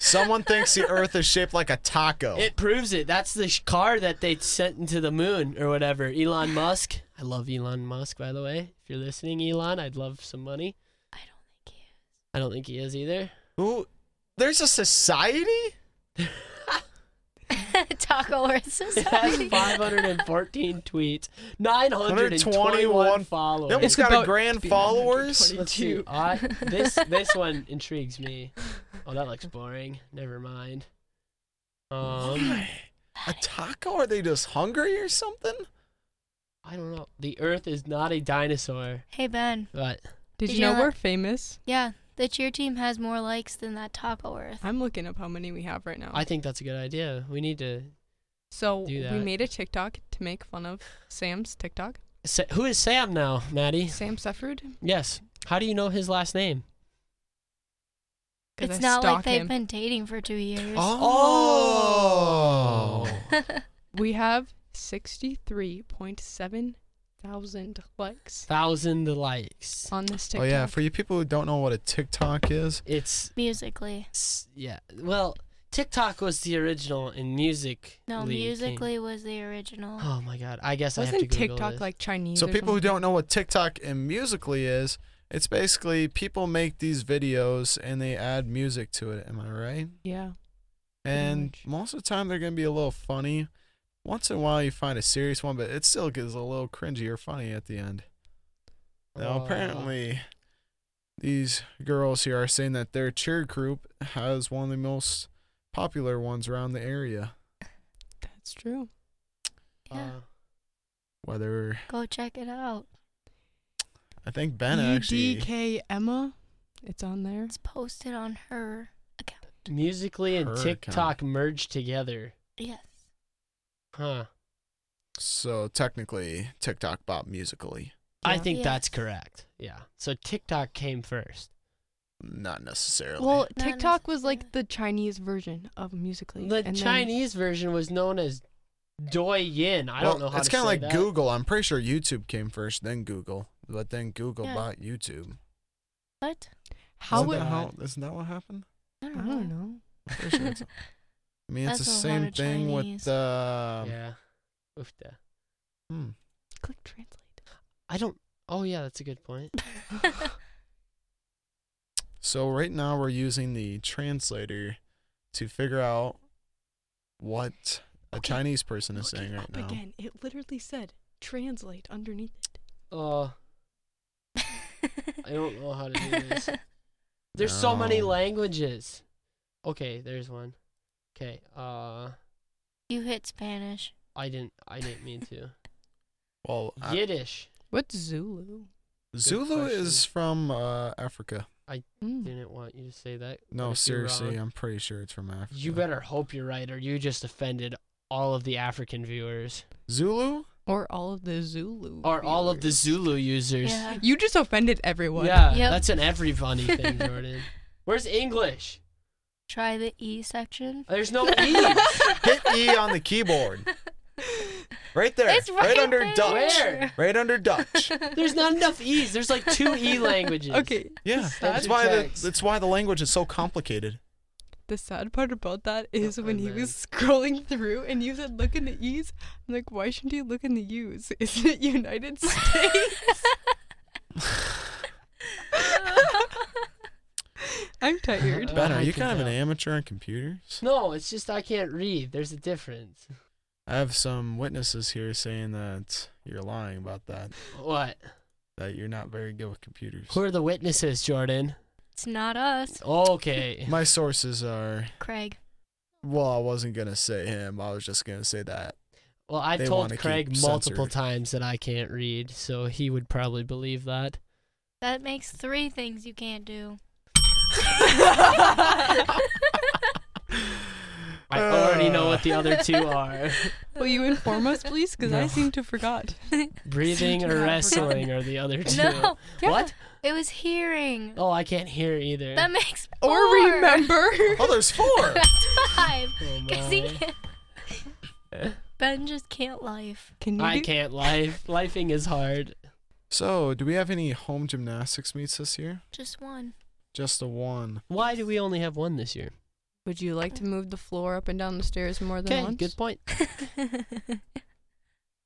Speaker 4: Someone thinks the Earth is shaped like a taco.
Speaker 3: It proves it. That's the sh- car that they sent into the moon or whatever. Elon Musk. I love Elon Musk, by the way. If you're listening, Elon, I'd love some money.
Speaker 5: I don't think you.
Speaker 3: I don't think he is either. *laughs*
Speaker 4: Who? There's a society.
Speaker 5: *laughs* Taco Earth
Speaker 3: *laughs* It has
Speaker 5: Society. *laughs*
Speaker 3: 514 tweets, 921
Speaker 4: 121.
Speaker 3: followers.
Speaker 4: Yep, it's got a
Speaker 2: about
Speaker 4: grand
Speaker 2: to be
Speaker 4: followers.
Speaker 2: 920.
Speaker 3: Let's see.
Speaker 2: Cute.
Speaker 3: I, this this one intrigues me. Oh, that looks boring. Never mind. Um,
Speaker 4: Why? A taco? Are they just hungry or something?
Speaker 3: I don't know. The Earth is not a dinosaur,
Speaker 5: Hey Ben.
Speaker 3: but
Speaker 2: Did,
Speaker 5: Did
Speaker 2: you
Speaker 5: you
Speaker 2: know
Speaker 5: not-
Speaker 2: we're famous?
Speaker 5: Yeah, the cheer team has more likes than that taco earth.
Speaker 2: I'm looking up how many we have right now.
Speaker 3: I think that's a good idea. We need to.
Speaker 2: so
Speaker 3: do
Speaker 2: we
Speaker 3: that.
Speaker 2: made a TikTok to make fun of Sam's TikTok.
Speaker 3: Sa- Who is Sam now, Maddie?
Speaker 2: Sam Sefford.
Speaker 3: Yes. How do you know his last name?
Speaker 5: It's not like they've been dating for two years.
Speaker 4: Oh.
Speaker 2: We have 63.7 thousand likes
Speaker 3: Thousand likes.
Speaker 2: on this
Speaker 4: Oh
Speaker 2: TikTok.
Speaker 4: yeah, for you people who don't know what a TikTok is,
Speaker 3: It's
Speaker 5: *laughs* Musically.
Speaker 3: s- yeah. Well, TikTok was the original in music.
Speaker 5: No,
Speaker 3: league came-
Speaker 5: musically was the original.
Speaker 3: Oh my god. I guess I have to
Speaker 2: Wasn't
Speaker 3: Google
Speaker 2: TikTok
Speaker 3: this.
Speaker 2: like Chinese?
Speaker 4: so
Speaker 2: or
Speaker 4: people who
Speaker 2: something?
Speaker 4: don't know what TikTok and musically is, it's basically people make these videos and they add music to it. Am I right?
Speaker 2: Yeah.
Speaker 4: And
Speaker 2: much.
Speaker 4: most of the time they're gonna be a little funny. Once in a while you find a serious one, but it still gets a little cringy or funny at the end. Now
Speaker 3: Oh.
Speaker 4: apparently these girls here are saying that their cheer group has one of the most popular ones around the area.
Speaker 2: That's true.
Speaker 5: Yeah,
Speaker 3: Uh,
Speaker 4: Whether
Speaker 5: go check it out.
Speaker 4: I think Ben actually
Speaker 2: UDK E Emma. It's on there.
Speaker 5: It's posted on her account.
Speaker 3: musically and
Speaker 4: Her account.
Speaker 3: TikTok merged together.
Speaker 5: Yes.
Speaker 3: Huh.
Speaker 4: So technically, TikTok bought musically,
Speaker 3: I
Speaker 2: Yeah.
Speaker 3: think that's
Speaker 5: Yes.
Speaker 3: correct. Yeah. So TikTok came first.
Speaker 4: not necessarily.
Speaker 2: Well,
Speaker 5: Not
Speaker 2: TikTok was like the
Speaker 5: necessarily.
Speaker 2: Chinese version of Musically.
Speaker 3: The
Speaker 2: and then-
Speaker 3: Chinese version was known as Douyin. I
Speaker 4: Well,
Speaker 3: don't know how
Speaker 4: it's
Speaker 3: to say
Speaker 4: kinda like
Speaker 3: that.
Speaker 4: Google. I'm pretty sure YouTube came first, then Google, but then Google
Speaker 5: Yeah.
Speaker 4: bought YouTube.
Speaker 5: What?
Speaker 2: How
Speaker 4: isn't
Speaker 2: would
Speaker 4: that
Speaker 2: I
Speaker 4: how, isn't that what happened?
Speaker 5: I don't know.
Speaker 2: don't know.
Speaker 4: I'm pretty sure
Speaker 5: *laughs*
Speaker 4: it's- I mean, it's the
Speaker 5: That's a lot
Speaker 4: same
Speaker 5: of
Speaker 4: thing
Speaker 5: Chinese.
Speaker 4: with uh,
Speaker 3: yeah. Oof, da.
Speaker 4: hmm.
Speaker 2: Click translate.
Speaker 3: I don't. Oh yeah, that's a good
Speaker 2: *laughs*
Speaker 3: point.
Speaker 4: So right now we're using the translator to figure out what a
Speaker 2: Okay.
Speaker 4: Chinese person is
Speaker 2: Look
Speaker 4: saying
Speaker 2: it
Speaker 4: right
Speaker 2: up
Speaker 4: now.
Speaker 2: again. It literally said translate underneath it.
Speaker 3: Uh, I
Speaker 5: *laughs*
Speaker 3: don't know how to do
Speaker 2: *laughs*
Speaker 3: this. There's so many
Speaker 4: No.
Speaker 3: languages. Okay, there's one. Okay. Uh,
Speaker 5: you hit Spanish.
Speaker 3: I didn't. I didn't mean to.
Speaker 4: Well, *laughs* I-
Speaker 3: Yiddish.
Speaker 2: What's Zulu?
Speaker 4: Zulu is
Speaker 3: question.
Speaker 4: from uh, Africa.
Speaker 2: Mm.
Speaker 3: Didn't want you to say that. but
Speaker 4: No,
Speaker 3: if you're
Speaker 4: seriously,
Speaker 3: wrong-
Speaker 4: I'm pretty sure it's from Africa.
Speaker 3: You better hope you're right, or you just offended all of the African viewers
Speaker 4: Zulu.
Speaker 2: Or all of the Zulu.
Speaker 3: or all of the
Speaker 2: viewers.
Speaker 3: Zulu users.
Speaker 5: Yeah.
Speaker 2: You just offended everyone.
Speaker 3: Yeah,
Speaker 5: Yep.
Speaker 3: that's an everybody
Speaker 5: *laughs*
Speaker 3: thing, Jordan. Where's English?
Speaker 5: Try the E section. *laughs*
Speaker 3: There's no E.
Speaker 4: Hit E on the keyboard. Right there.
Speaker 5: It's right,
Speaker 4: under
Speaker 5: there.
Speaker 4: Dutch.
Speaker 3: Where?
Speaker 4: Right
Speaker 5: *laughs*
Speaker 4: under Dutch.
Speaker 3: There's not enough E's. There's like two E languages.
Speaker 2: Okay.
Speaker 4: Yeah.
Speaker 3: That's
Speaker 4: That's why the
Speaker 3: text.
Speaker 4: that's why the language is so complicated.
Speaker 2: The sad part about that is
Speaker 3: Oh,
Speaker 2: when he
Speaker 3: man.
Speaker 2: was *laughs* scrolling through and you said look in the E's. I'm like, why shouldn't you look in the U's? *laughs* Isn't it United States? I'm tired.
Speaker 4: Ben,
Speaker 3: Uh,
Speaker 4: are
Speaker 3: I
Speaker 4: you
Speaker 3: can
Speaker 4: kind of an
Speaker 3: tell.
Speaker 4: amateur in computers?
Speaker 3: No, it's just I can't read. There's a difference.
Speaker 4: I have some witnesses here saying that you're lying about that.
Speaker 3: What?
Speaker 4: That you're not very good with computers.
Speaker 3: Who are the witnesses, Jordan?
Speaker 5: *laughs* It's not us. *laughs*
Speaker 3: Okay.
Speaker 4: My sources are
Speaker 5: Craig.
Speaker 4: well, I wasn't gonna say him. I was just gonna say that.
Speaker 3: Well, I've
Speaker 4: They
Speaker 3: told
Speaker 4: wanna keep
Speaker 3: Craig multiple
Speaker 4: censored.
Speaker 3: times that I can't read, so he would probably believe that.
Speaker 5: That makes three things you can't do. *laughs*
Speaker 3: I
Speaker 5: Uh.
Speaker 3: already know what the other
Speaker 5: *laughs*
Speaker 3: two are.
Speaker 2: Will you inform us, please? Because I
Speaker 4: No.
Speaker 2: seem to forgot.
Speaker 5: *laughs*
Speaker 3: Breathing
Speaker 2: Yeah, I
Speaker 3: or
Speaker 2: forgot.
Speaker 3: wrestling are the other *laughs* two.
Speaker 5: No,
Speaker 3: What?
Speaker 5: it was hearing.
Speaker 3: Oh, I can't hear either.
Speaker 5: That makes
Speaker 2: Or
Speaker 5: four.
Speaker 2: remember.
Speaker 4: *laughs* Oh, there's
Speaker 5: *laughs*
Speaker 4: four.
Speaker 5: That's
Speaker 3: *laughs*
Speaker 5: five.
Speaker 3: Oh,
Speaker 5: *laughs* 'Cause he
Speaker 3: my.
Speaker 5: can't- ben just can't life.
Speaker 2: Can you?
Speaker 3: I
Speaker 2: do-
Speaker 3: can't life. Lifing is hard.
Speaker 4: so, do we have any home gymnastics meets this year?
Speaker 5: Just
Speaker 3: *laughs*
Speaker 5: one.
Speaker 4: Just the one.
Speaker 3: Why do we only have one this year?
Speaker 2: Would you like to move the floor up and down the stairs more than
Speaker 3: Okay,
Speaker 2: once?
Speaker 3: good point. *laughs*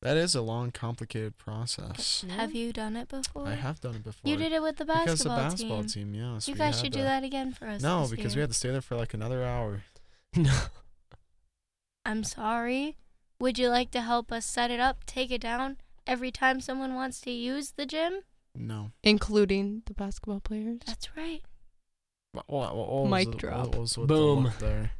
Speaker 4: That is a long, complicated process.
Speaker 2: Yeah.
Speaker 5: Have you done it before?
Speaker 4: I have done it before.
Speaker 5: You did it with the basketball,
Speaker 4: because the basketball
Speaker 5: team.
Speaker 4: team. yes.
Speaker 5: You
Speaker 4: we
Speaker 5: guys
Speaker 4: had
Speaker 5: should do that again for us.
Speaker 4: No,
Speaker 5: this
Speaker 4: because we
Speaker 5: year.
Speaker 4: had to stay there for like another hour.
Speaker 3: No.
Speaker 5: I'm sorry. Would you like to help us set it up, take it down every time someone wants to use the gym?
Speaker 4: No.
Speaker 2: Including the basketball players.
Speaker 5: That's right.
Speaker 4: What, what, what was
Speaker 2: Mic
Speaker 4: the-
Speaker 2: drop.
Speaker 4: What was with
Speaker 3: Boom.
Speaker 4: The look there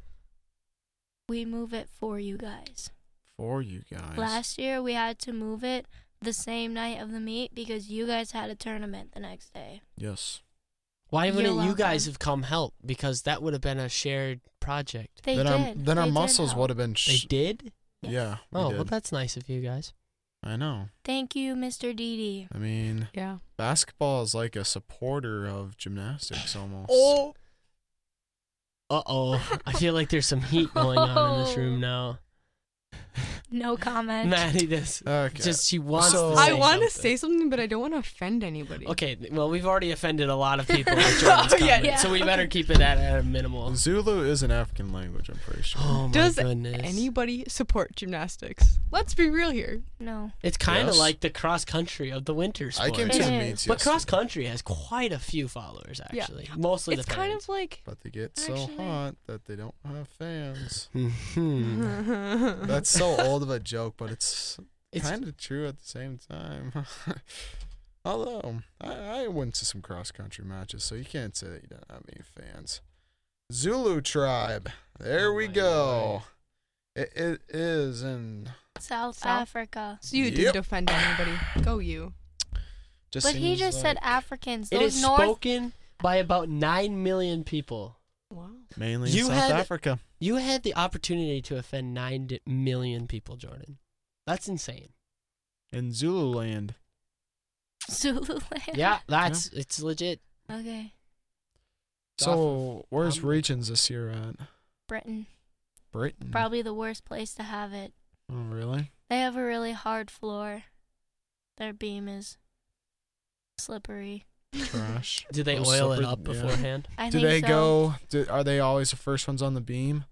Speaker 5: We move it for you guys.
Speaker 4: for you guys.
Speaker 5: Last year we had to move it the same night of the meet because you guys had a tournament the next day.
Speaker 4: Yes.
Speaker 3: Why
Speaker 5: You're
Speaker 3: wouldn't you guys
Speaker 5: welcome.
Speaker 3: have come help? Because that would have been a shared project.
Speaker 5: They
Speaker 4: then our
Speaker 5: did.
Speaker 4: then our
Speaker 5: They did
Speaker 4: muscles
Speaker 5: help.
Speaker 4: would have been.
Speaker 3: They
Speaker 4: Sh-
Speaker 3: did?
Speaker 5: Yes.
Speaker 4: Yeah. we
Speaker 3: Oh, well,
Speaker 4: did.
Speaker 3: that's nice of you guys.
Speaker 4: I know.
Speaker 5: Thank you, Mr. Didi.
Speaker 4: I mean,
Speaker 2: Yeah.
Speaker 4: basketball is like a supporter of gymnastics almost.
Speaker 5: Oh.
Speaker 3: *laughs* Uh oh. I feel like there's some heat going on
Speaker 5: *laughs*
Speaker 3: in this room now.
Speaker 5: No comment.
Speaker 3: Maddie, this.
Speaker 4: Okay.
Speaker 3: Just she wants
Speaker 4: So-
Speaker 3: to say
Speaker 2: I want to
Speaker 3: something.
Speaker 2: say something, but I don't want to offend anybody.
Speaker 3: Okay, th- well, we've already offended a
Speaker 2: *laughs*
Speaker 3: lot of people with Jordan's
Speaker 2: Oh, yeah,
Speaker 3: comment,
Speaker 5: yeah.
Speaker 3: so we better keep it at, at a minimal.
Speaker 4: Zulu is an African language, I'm pretty sure.
Speaker 3: Oh my
Speaker 2: Does
Speaker 3: goodness!
Speaker 2: Anybody support gymnastics? Let's be real here.
Speaker 5: No.
Speaker 3: it's kind of
Speaker 4: Yes.
Speaker 3: like the cross country of the winter
Speaker 4: I
Speaker 3: sport.
Speaker 4: came
Speaker 5: It
Speaker 4: to the
Speaker 5: is.
Speaker 4: meets
Speaker 3: but cross
Speaker 4: yesterday,
Speaker 3: country has quite a few followers
Speaker 2: Yeah.
Speaker 3: actually, mostly
Speaker 2: it's
Speaker 3: the
Speaker 2: kind
Speaker 3: fans.
Speaker 2: of like
Speaker 4: but they get so
Speaker 2: Actually-
Speaker 4: hot that they don't have fans.
Speaker 3: Mhm.
Speaker 2: Mm-hmm.
Speaker 4: Mm.
Speaker 2: *laughs*
Speaker 5: *laughs*
Speaker 4: That's so old of a joke, but it's
Speaker 3: It's-
Speaker 4: kind of true at the same time. *laughs* Although I, I went to some cross country matches, so you can't say that you don't have any fans. Zulu tribe, there
Speaker 3: Oh
Speaker 4: we
Speaker 3: my
Speaker 4: go. It, it is in
Speaker 5: South
Speaker 2: South-
Speaker 5: Africa.
Speaker 2: so you
Speaker 4: Yep.
Speaker 2: didn't offend anybody. Go you.
Speaker 4: just.
Speaker 5: But he
Speaker 4: seems
Speaker 5: just said
Speaker 4: like
Speaker 5: Africans.
Speaker 3: It
Speaker 5: Those
Speaker 3: is
Speaker 5: North.
Speaker 3: spoken by about nine million people.
Speaker 2: Wow.
Speaker 4: mainly in
Speaker 3: You
Speaker 4: South
Speaker 3: had-
Speaker 4: Africa.
Speaker 3: You had the opportunity to offend nine di- million people, Jordan. That's insane.
Speaker 4: in Zululand.
Speaker 5: *laughs* Zululand.
Speaker 3: Yeah, that's it's legit.
Speaker 5: Okay.
Speaker 4: So where's
Speaker 3: um,
Speaker 4: regions this year at?
Speaker 5: Britain.
Speaker 4: Britain.
Speaker 5: Probably the worst place to have it.
Speaker 4: Oh really?
Speaker 5: They have a really hard floor. Their beam is slippery.
Speaker 4: Trash.
Speaker 3: Do they
Speaker 4: Those
Speaker 3: oil it
Speaker 4: slippery-
Speaker 3: up
Speaker 4: yeah.
Speaker 3: beforehand?
Speaker 5: I
Speaker 4: do
Speaker 5: think
Speaker 4: they
Speaker 5: so.
Speaker 4: go? Do, are they always the first ones on the beam?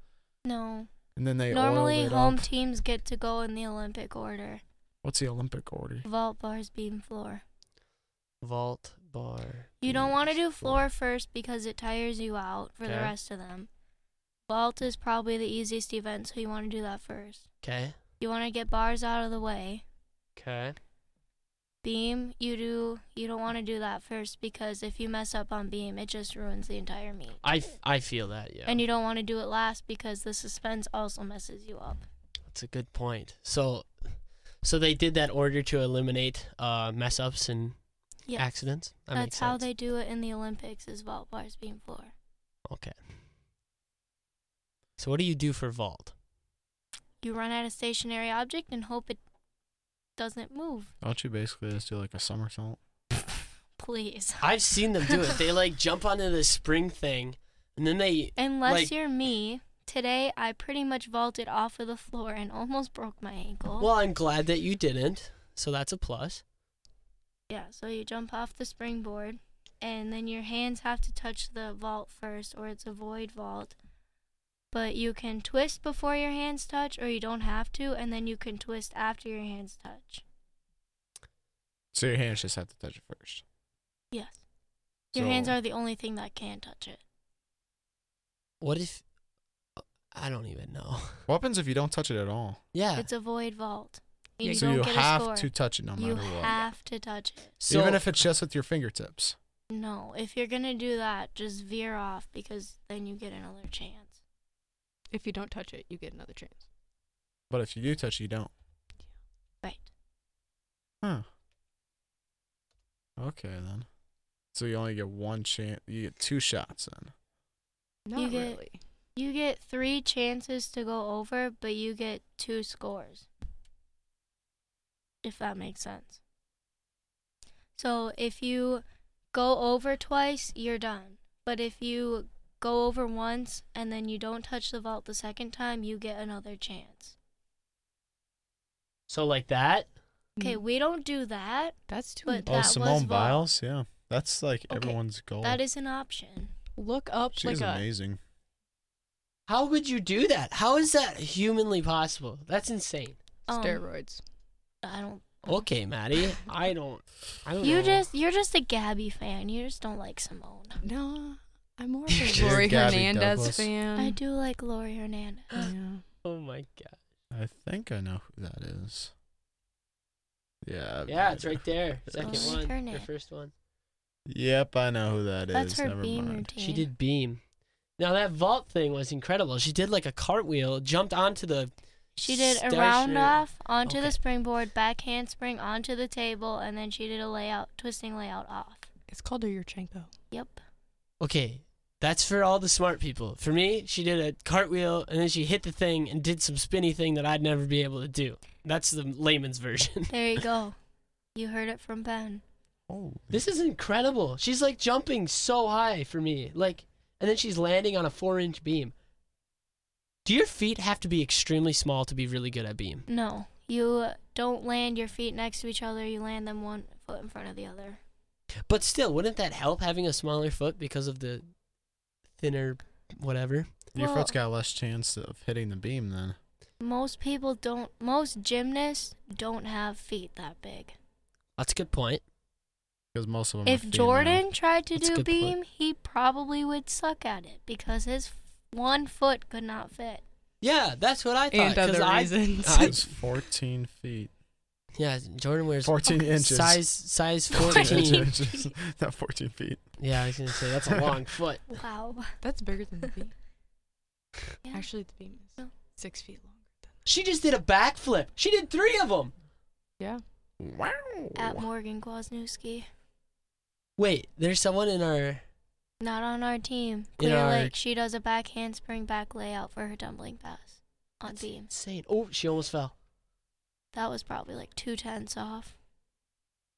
Speaker 5: No.
Speaker 4: And then they
Speaker 5: Normally,
Speaker 4: oil it
Speaker 5: home
Speaker 4: up?
Speaker 5: teams get to go in the Olympic order:
Speaker 4: What's the Olympic order?
Speaker 5: vault, bars, beam, floor.
Speaker 3: Vault bar.
Speaker 5: You don't want to
Speaker 3: beams,
Speaker 5: do floor first because it tires you out for the
Speaker 3: Okay.
Speaker 5: rest of them. Vault is probably the easiest event, so you want to do that first.
Speaker 3: Okay.
Speaker 5: You want to get bars out of the way.
Speaker 3: Okay.
Speaker 5: Beam, you do you don't want to do that first because if you mess up on beam, it just ruins the entire meet.
Speaker 3: I, f- I feel that yeah.
Speaker 5: And you don't want to do it last because the suspense also messes you up.
Speaker 3: That's a good point. So, so they did that order to eliminate uh, mess ups and
Speaker 5: Yes.
Speaker 3: accidents. That
Speaker 5: That's
Speaker 3: makes
Speaker 5: how
Speaker 3: sense.
Speaker 5: they do it in the Olympics is vault bars beam floor.
Speaker 3: Okay. So what do you do for vault?
Speaker 5: You run at a stationary object and hope it doesn't move.
Speaker 4: Don't you basically just do like a somersault?
Speaker 5: Please. *laughs*
Speaker 3: I've seen them do it. They like jump onto this spring thing, and then they
Speaker 5: Unless
Speaker 3: Like-
Speaker 5: you're me, today I pretty much vaulted off of the floor and almost broke my ankle.
Speaker 3: Well, I'm glad that you didn't. So that's a plus.
Speaker 5: yeah, so you jump off the springboard and then your hands have to touch the vault first or it's a void vault. But you can twist before your hands touch or you don't have to and then you can twist after your hands touch.
Speaker 4: So your hands just have to touch it first.
Speaker 5: Yes. Your hands
Speaker 4: So-
Speaker 5: are the only thing that can touch it.
Speaker 3: What if I don't even know? *laughs*
Speaker 4: What happens if you don't touch it at all?
Speaker 3: Yeah.
Speaker 5: It's a void vault. And
Speaker 3: Yeah,
Speaker 5: you
Speaker 4: so
Speaker 5: don't
Speaker 4: you
Speaker 5: get a score.
Speaker 4: have to touch it no
Speaker 5: you
Speaker 4: matter what.
Speaker 5: have to touch it.
Speaker 3: so
Speaker 4: Even if it's just with your fingertips.
Speaker 5: No, if you're gonna do that, just veer off because then you get another chance.
Speaker 2: If you don't touch it, you get another chance.
Speaker 4: But if you do touch it, you don't.
Speaker 5: Right.
Speaker 4: Huh. Okay then. So you only get one chance. You get two shots then.
Speaker 2: Not
Speaker 5: You get-
Speaker 2: really.
Speaker 5: You get three chances to go over, but you get two scores. If that makes sense. So if you go over twice, you're done. But if you go over once and then you don't touch the vault the second time, you get another chance.
Speaker 3: so like that.
Speaker 5: Okay,
Speaker 2: Hmm.
Speaker 5: we don't do that.
Speaker 2: Mm. That's too
Speaker 5: but
Speaker 2: much.
Speaker 5: Oh, that Simone was Biles. Val.
Speaker 4: Yeah, that's like
Speaker 5: Okay,
Speaker 4: everyone's goal.
Speaker 5: That is an option.
Speaker 2: Look up
Speaker 4: She's
Speaker 2: like a
Speaker 4: amazing.
Speaker 3: How would you do that? How is that humanly possible? That's insane.
Speaker 5: Um,
Speaker 2: steroids.
Speaker 5: I don't
Speaker 3: Okay, Maddie. I don't. I don't.
Speaker 5: You
Speaker 3: know.
Speaker 5: just you're just a Gabby fan. You just don't like Simone.
Speaker 2: No,
Speaker 4: *laughs*
Speaker 2: I'm more
Speaker 3: You're
Speaker 2: of
Speaker 3: just
Speaker 2: a Lori
Speaker 4: Gabby
Speaker 2: Hernandez
Speaker 4: Douglas.
Speaker 3: Um,
Speaker 2: fan.
Speaker 5: I do like Lori
Speaker 3: *gasps*
Speaker 5: Hernandez.
Speaker 2: *gasps* Yeah.
Speaker 3: Oh my god.
Speaker 4: I think I know who that is. Yeah. I've
Speaker 3: Yeah,
Speaker 4: no
Speaker 3: it's
Speaker 4: idea.
Speaker 3: right there.
Speaker 4: Yes.
Speaker 3: Second
Speaker 5: Oh,
Speaker 3: one.
Speaker 5: turn
Speaker 3: Your
Speaker 5: it.
Speaker 3: first one.
Speaker 4: Yep, I know who that is.
Speaker 5: That's her
Speaker 4: Never
Speaker 5: beam
Speaker 4: mind.
Speaker 5: routine.
Speaker 3: She did beam. Now that vault thing was incredible. She did like a cartwheel, jumped onto the
Speaker 5: She did a
Speaker 3: Stash
Speaker 5: round
Speaker 3: it.
Speaker 5: off onto
Speaker 3: Okay.
Speaker 5: the springboard, back handspring onto the table, and then she did a layout, twisting layout off.
Speaker 2: It's called a Yurchenko.
Speaker 5: Yep.
Speaker 3: Okay, that's for all the smart people. For me, she did a cartwheel and then she hit the thing and did some spinny thing that I'd never be able to do. That's the layman's version.
Speaker 5: There you
Speaker 3: *laughs*
Speaker 5: go. You heard it from Ben.
Speaker 4: Oh,
Speaker 3: This is incredible. She's like jumping so high for me. Like, and then she's landing on a four inch beam. Do your feet have to be extremely small to be really good at beam?
Speaker 5: No, you don't land your feet next to each other. You land them one foot in front of the other.
Speaker 3: But still, wouldn't that help having a smaller foot because of the thinner whatever?
Speaker 4: your
Speaker 5: Well-
Speaker 4: foot's got less chance of hitting the beam then.
Speaker 5: Most people don't. Most gymnasts don't have feet that big.
Speaker 3: That's a good point.
Speaker 4: Because most of them. are
Speaker 5: If
Speaker 4: female. *laughs*
Speaker 5: Jordan tried to
Speaker 3: That's a
Speaker 5: do
Speaker 3: good point.
Speaker 5: beam, he probably would suck at it because his f- one foot could not fit.
Speaker 3: Yeah, that's what I thought.
Speaker 2: And
Speaker 3: 'cause
Speaker 2: other
Speaker 3: I-
Speaker 2: reasons.
Speaker 3: I-
Speaker 4: It's 14
Speaker 5: *laughs*
Speaker 4: feet.
Speaker 3: yeah, Jordan wears
Speaker 4: 14
Speaker 3: *laughs*
Speaker 4: inches.
Speaker 3: size
Speaker 2: *laughs*
Speaker 3: size
Speaker 4: 14 *laughs*
Speaker 3: 14.
Speaker 4: inches. Not 14 feet.
Speaker 3: yeah, I was going to say that's a long foot.
Speaker 5: Wow.
Speaker 2: *laughs*
Speaker 3: *laughs*
Speaker 2: That's bigger than the beam.
Speaker 5: Yeah.
Speaker 2: Actually, the beam is
Speaker 5: No.
Speaker 2: six feet longer. Than
Speaker 3: She just did a backflip. She did 3 of them.
Speaker 2: yeah.
Speaker 4: Wow.
Speaker 5: At Morgan Kwasniewski.
Speaker 3: Wait, there's someone in our
Speaker 5: Not on our team.
Speaker 3: In
Speaker 5: Clear
Speaker 3: our-
Speaker 5: Lake. She does a back handspring back layout for her tumbling pass on beam.
Speaker 3: insane. Oh, she almost fell.
Speaker 5: That was probably like two tenths off.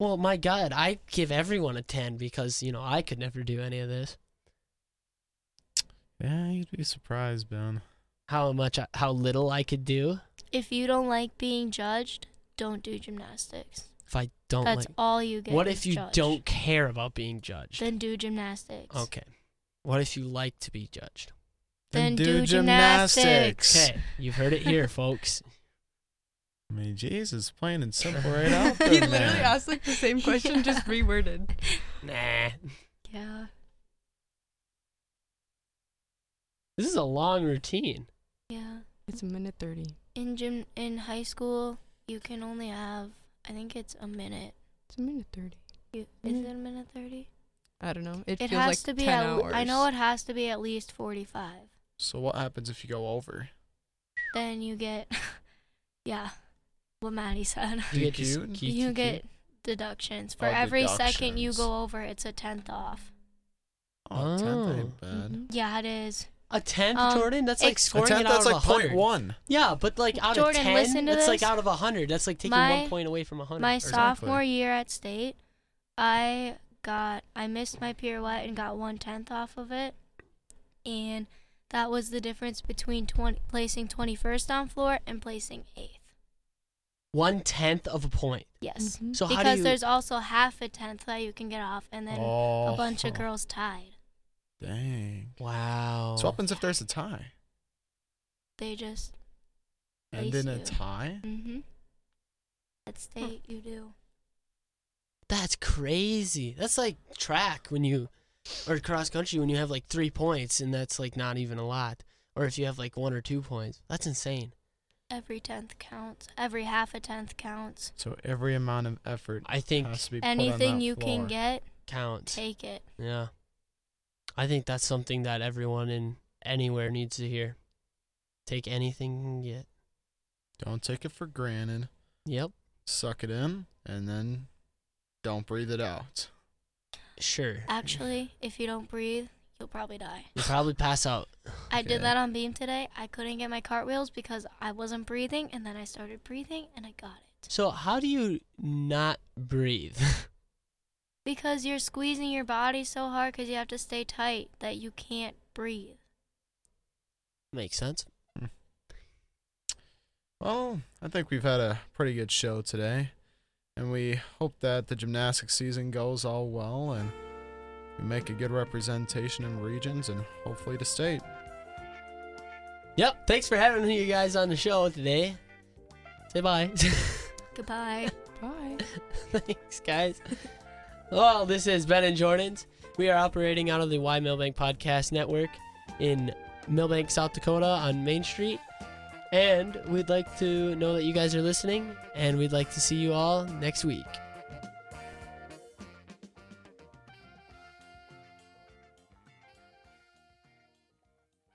Speaker 3: Well, my God, I give everyone a 10 because, you know, I could never do any of this.
Speaker 4: Yeah, you'd be surprised, Ben.
Speaker 3: How much, I, how little I could do
Speaker 5: If you don't like being judged, don't do gymnastics.
Speaker 3: if I don't
Speaker 5: That's
Speaker 3: like.
Speaker 5: all you get.
Speaker 3: What
Speaker 5: is
Speaker 3: if you
Speaker 5: judged.
Speaker 3: don't care about being judged?
Speaker 5: Then do gymnastics.
Speaker 3: okay. What if you like to be judged?
Speaker 5: Then do gymnastics.
Speaker 3: Okay, you've heard it here, folks. *laughs*
Speaker 4: I mean, jeez, it's plain and simple right out there,
Speaker 2: *laughs* he literally
Speaker 4: man.
Speaker 2: asked like
Speaker 5: *laughs*
Speaker 2: the same question, just reworded.
Speaker 3: Nah.
Speaker 5: Yeah.
Speaker 3: This is a long routine.
Speaker 5: Yeah.
Speaker 2: It's a minute thirty.
Speaker 5: In gym in high school, you can only have I think it's a minute.
Speaker 2: It's a minute thirty.
Speaker 5: You, is
Speaker 2: Mm.
Speaker 5: it a minute thirty?
Speaker 2: I don't know. It,
Speaker 5: It
Speaker 2: feels
Speaker 5: has
Speaker 2: like
Speaker 5: to be
Speaker 2: ten
Speaker 5: at
Speaker 2: hours.
Speaker 5: I know it has to be at least forty five.
Speaker 4: So what happens if you go over?
Speaker 5: Then you get *laughs* yeah. What Maddie said. *laughs*
Speaker 3: You
Speaker 4: Thank
Speaker 3: get this
Speaker 4: you.
Speaker 3: key-
Speaker 5: You
Speaker 3: key-
Speaker 5: get deductions. For
Speaker 4: Oh,
Speaker 5: every second you
Speaker 4: deductions.
Speaker 5: go over, it's a tenth off.
Speaker 4: Oh, tenth
Speaker 3: Oh.
Speaker 5: Mm-hmm.
Speaker 4: ain't bad.
Speaker 2: Mhm.
Speaker 5: Yeah, it is.
Speaker 3: a tenth,
Speaker 5: Um,
Speaker 3: Jordan. That's like
Speaker 5: ex-
Speaker 4: A
Speaker 3: scoring
Speaker 4: tenth,
Speaker 3: it out
Speaker 4: that's
Speaker 3: of
Speaker 4: like
Speaker 3: hundred.
Speaker 4: point one.
Speaker 3: Yeah, but like out
Speaker 5: Jordan,
Speaker 3: of ten,
Speaker 5: listen to
Speaker 3: that's like
Speaker 5: this.
Speaker 3: out of hundred. That's like taking
Speaker 5: My-
Speaker 3: one point away from hundred.
Speaker 5: My
Speaker 3: or something.
Speaker 4: exactly.
Speaker 5: sophomore year at state, I got I missed my pirouette and got one tenth off of it, and that was the difference between 20, placing twenty first on floor and placing eighth.
Speaker 3: one tenth of a point.
Speaker 5: Yes,
Speaker 2: Mhm.
Speaker 3: Mm-hmm. So how
Speaker 5: Mm-hmm. because
Speaker 3: do you?
Speaker 5: there's also half a tenth that you can get off, and then
Speaker 4: Oh,
Speaker 5: a bunch of girls tied.
Speaker 4: Dang.
Speaker 3: wow.
Speaker 4: So what happens if there's a tie?
Speaker 5: They just
Speaker 4: And
Speaker 5: Place
Speaker 4: in a
Speaker 5: you.
Speaker 4: tie?
Speaker 5: mm-hmm. at state you do.
Speaker 3: That's crazy. That's like track when you, or cross country when you have like three points and that's like not even a lot. Or if you have like one or two points, that's insane.
Speaker 5: Every tenth counts. Every half a tenth counts.
Speaker 4: So every amount of effort
Speaker 3: I think
Speaker 4: has to be put on
Speaker 5: Anything
Speaker 4: that
Speaker 5: you can
Speaker 4: floor.
Speaker 5: get,
Speaker 3: counts.
Speaker 5: take it.
Speaker 3: Yeah. I think that's something that everyone in anywhere needs to hear. Take anything you can get.
Speaker 4: Don't take it for granted.
Speaker 3: Yep.
Speaker 4: Suck it in, and then don't breathe it out.
Speaker 3: Sure.
Speaker 5: Uh, Actually, if you don't breathe, you'll probably die.
Speaker 3: You probably pass out.
Speaker 5: I
Speaker 4: Okay.
Speaker 5: did that on beam today. I couldn't get my cartwheels because I wasn't breathing, and then I started breathing and I got it.
Speaker 3: So how do you not breathe? *laughs*
Speaker 5: Because you're squeezing your body so hard because you have to stay tight that you can't breathe.
Speaker 3: Makes sense.
Speaker 4: Well, I think we've had a pretty good show today, and we hope that the gymnastics season goes all well and we make a good representation in regions and hopefully to state.
Speaker 3: Yep. Thanks for having you guys on the show today. Say bye. *laughs*
Speaker 5: Goodbye.
Speaker 2: Bye.
Speaker 3: Thanks, guys. Well, this is Ben and Jordan's. We are operating out of the Y Millbank Podcast Network in Millbank, South Dakota on Main Street. And we'd like to know that you guys are listening, and we'd like to see you all next week.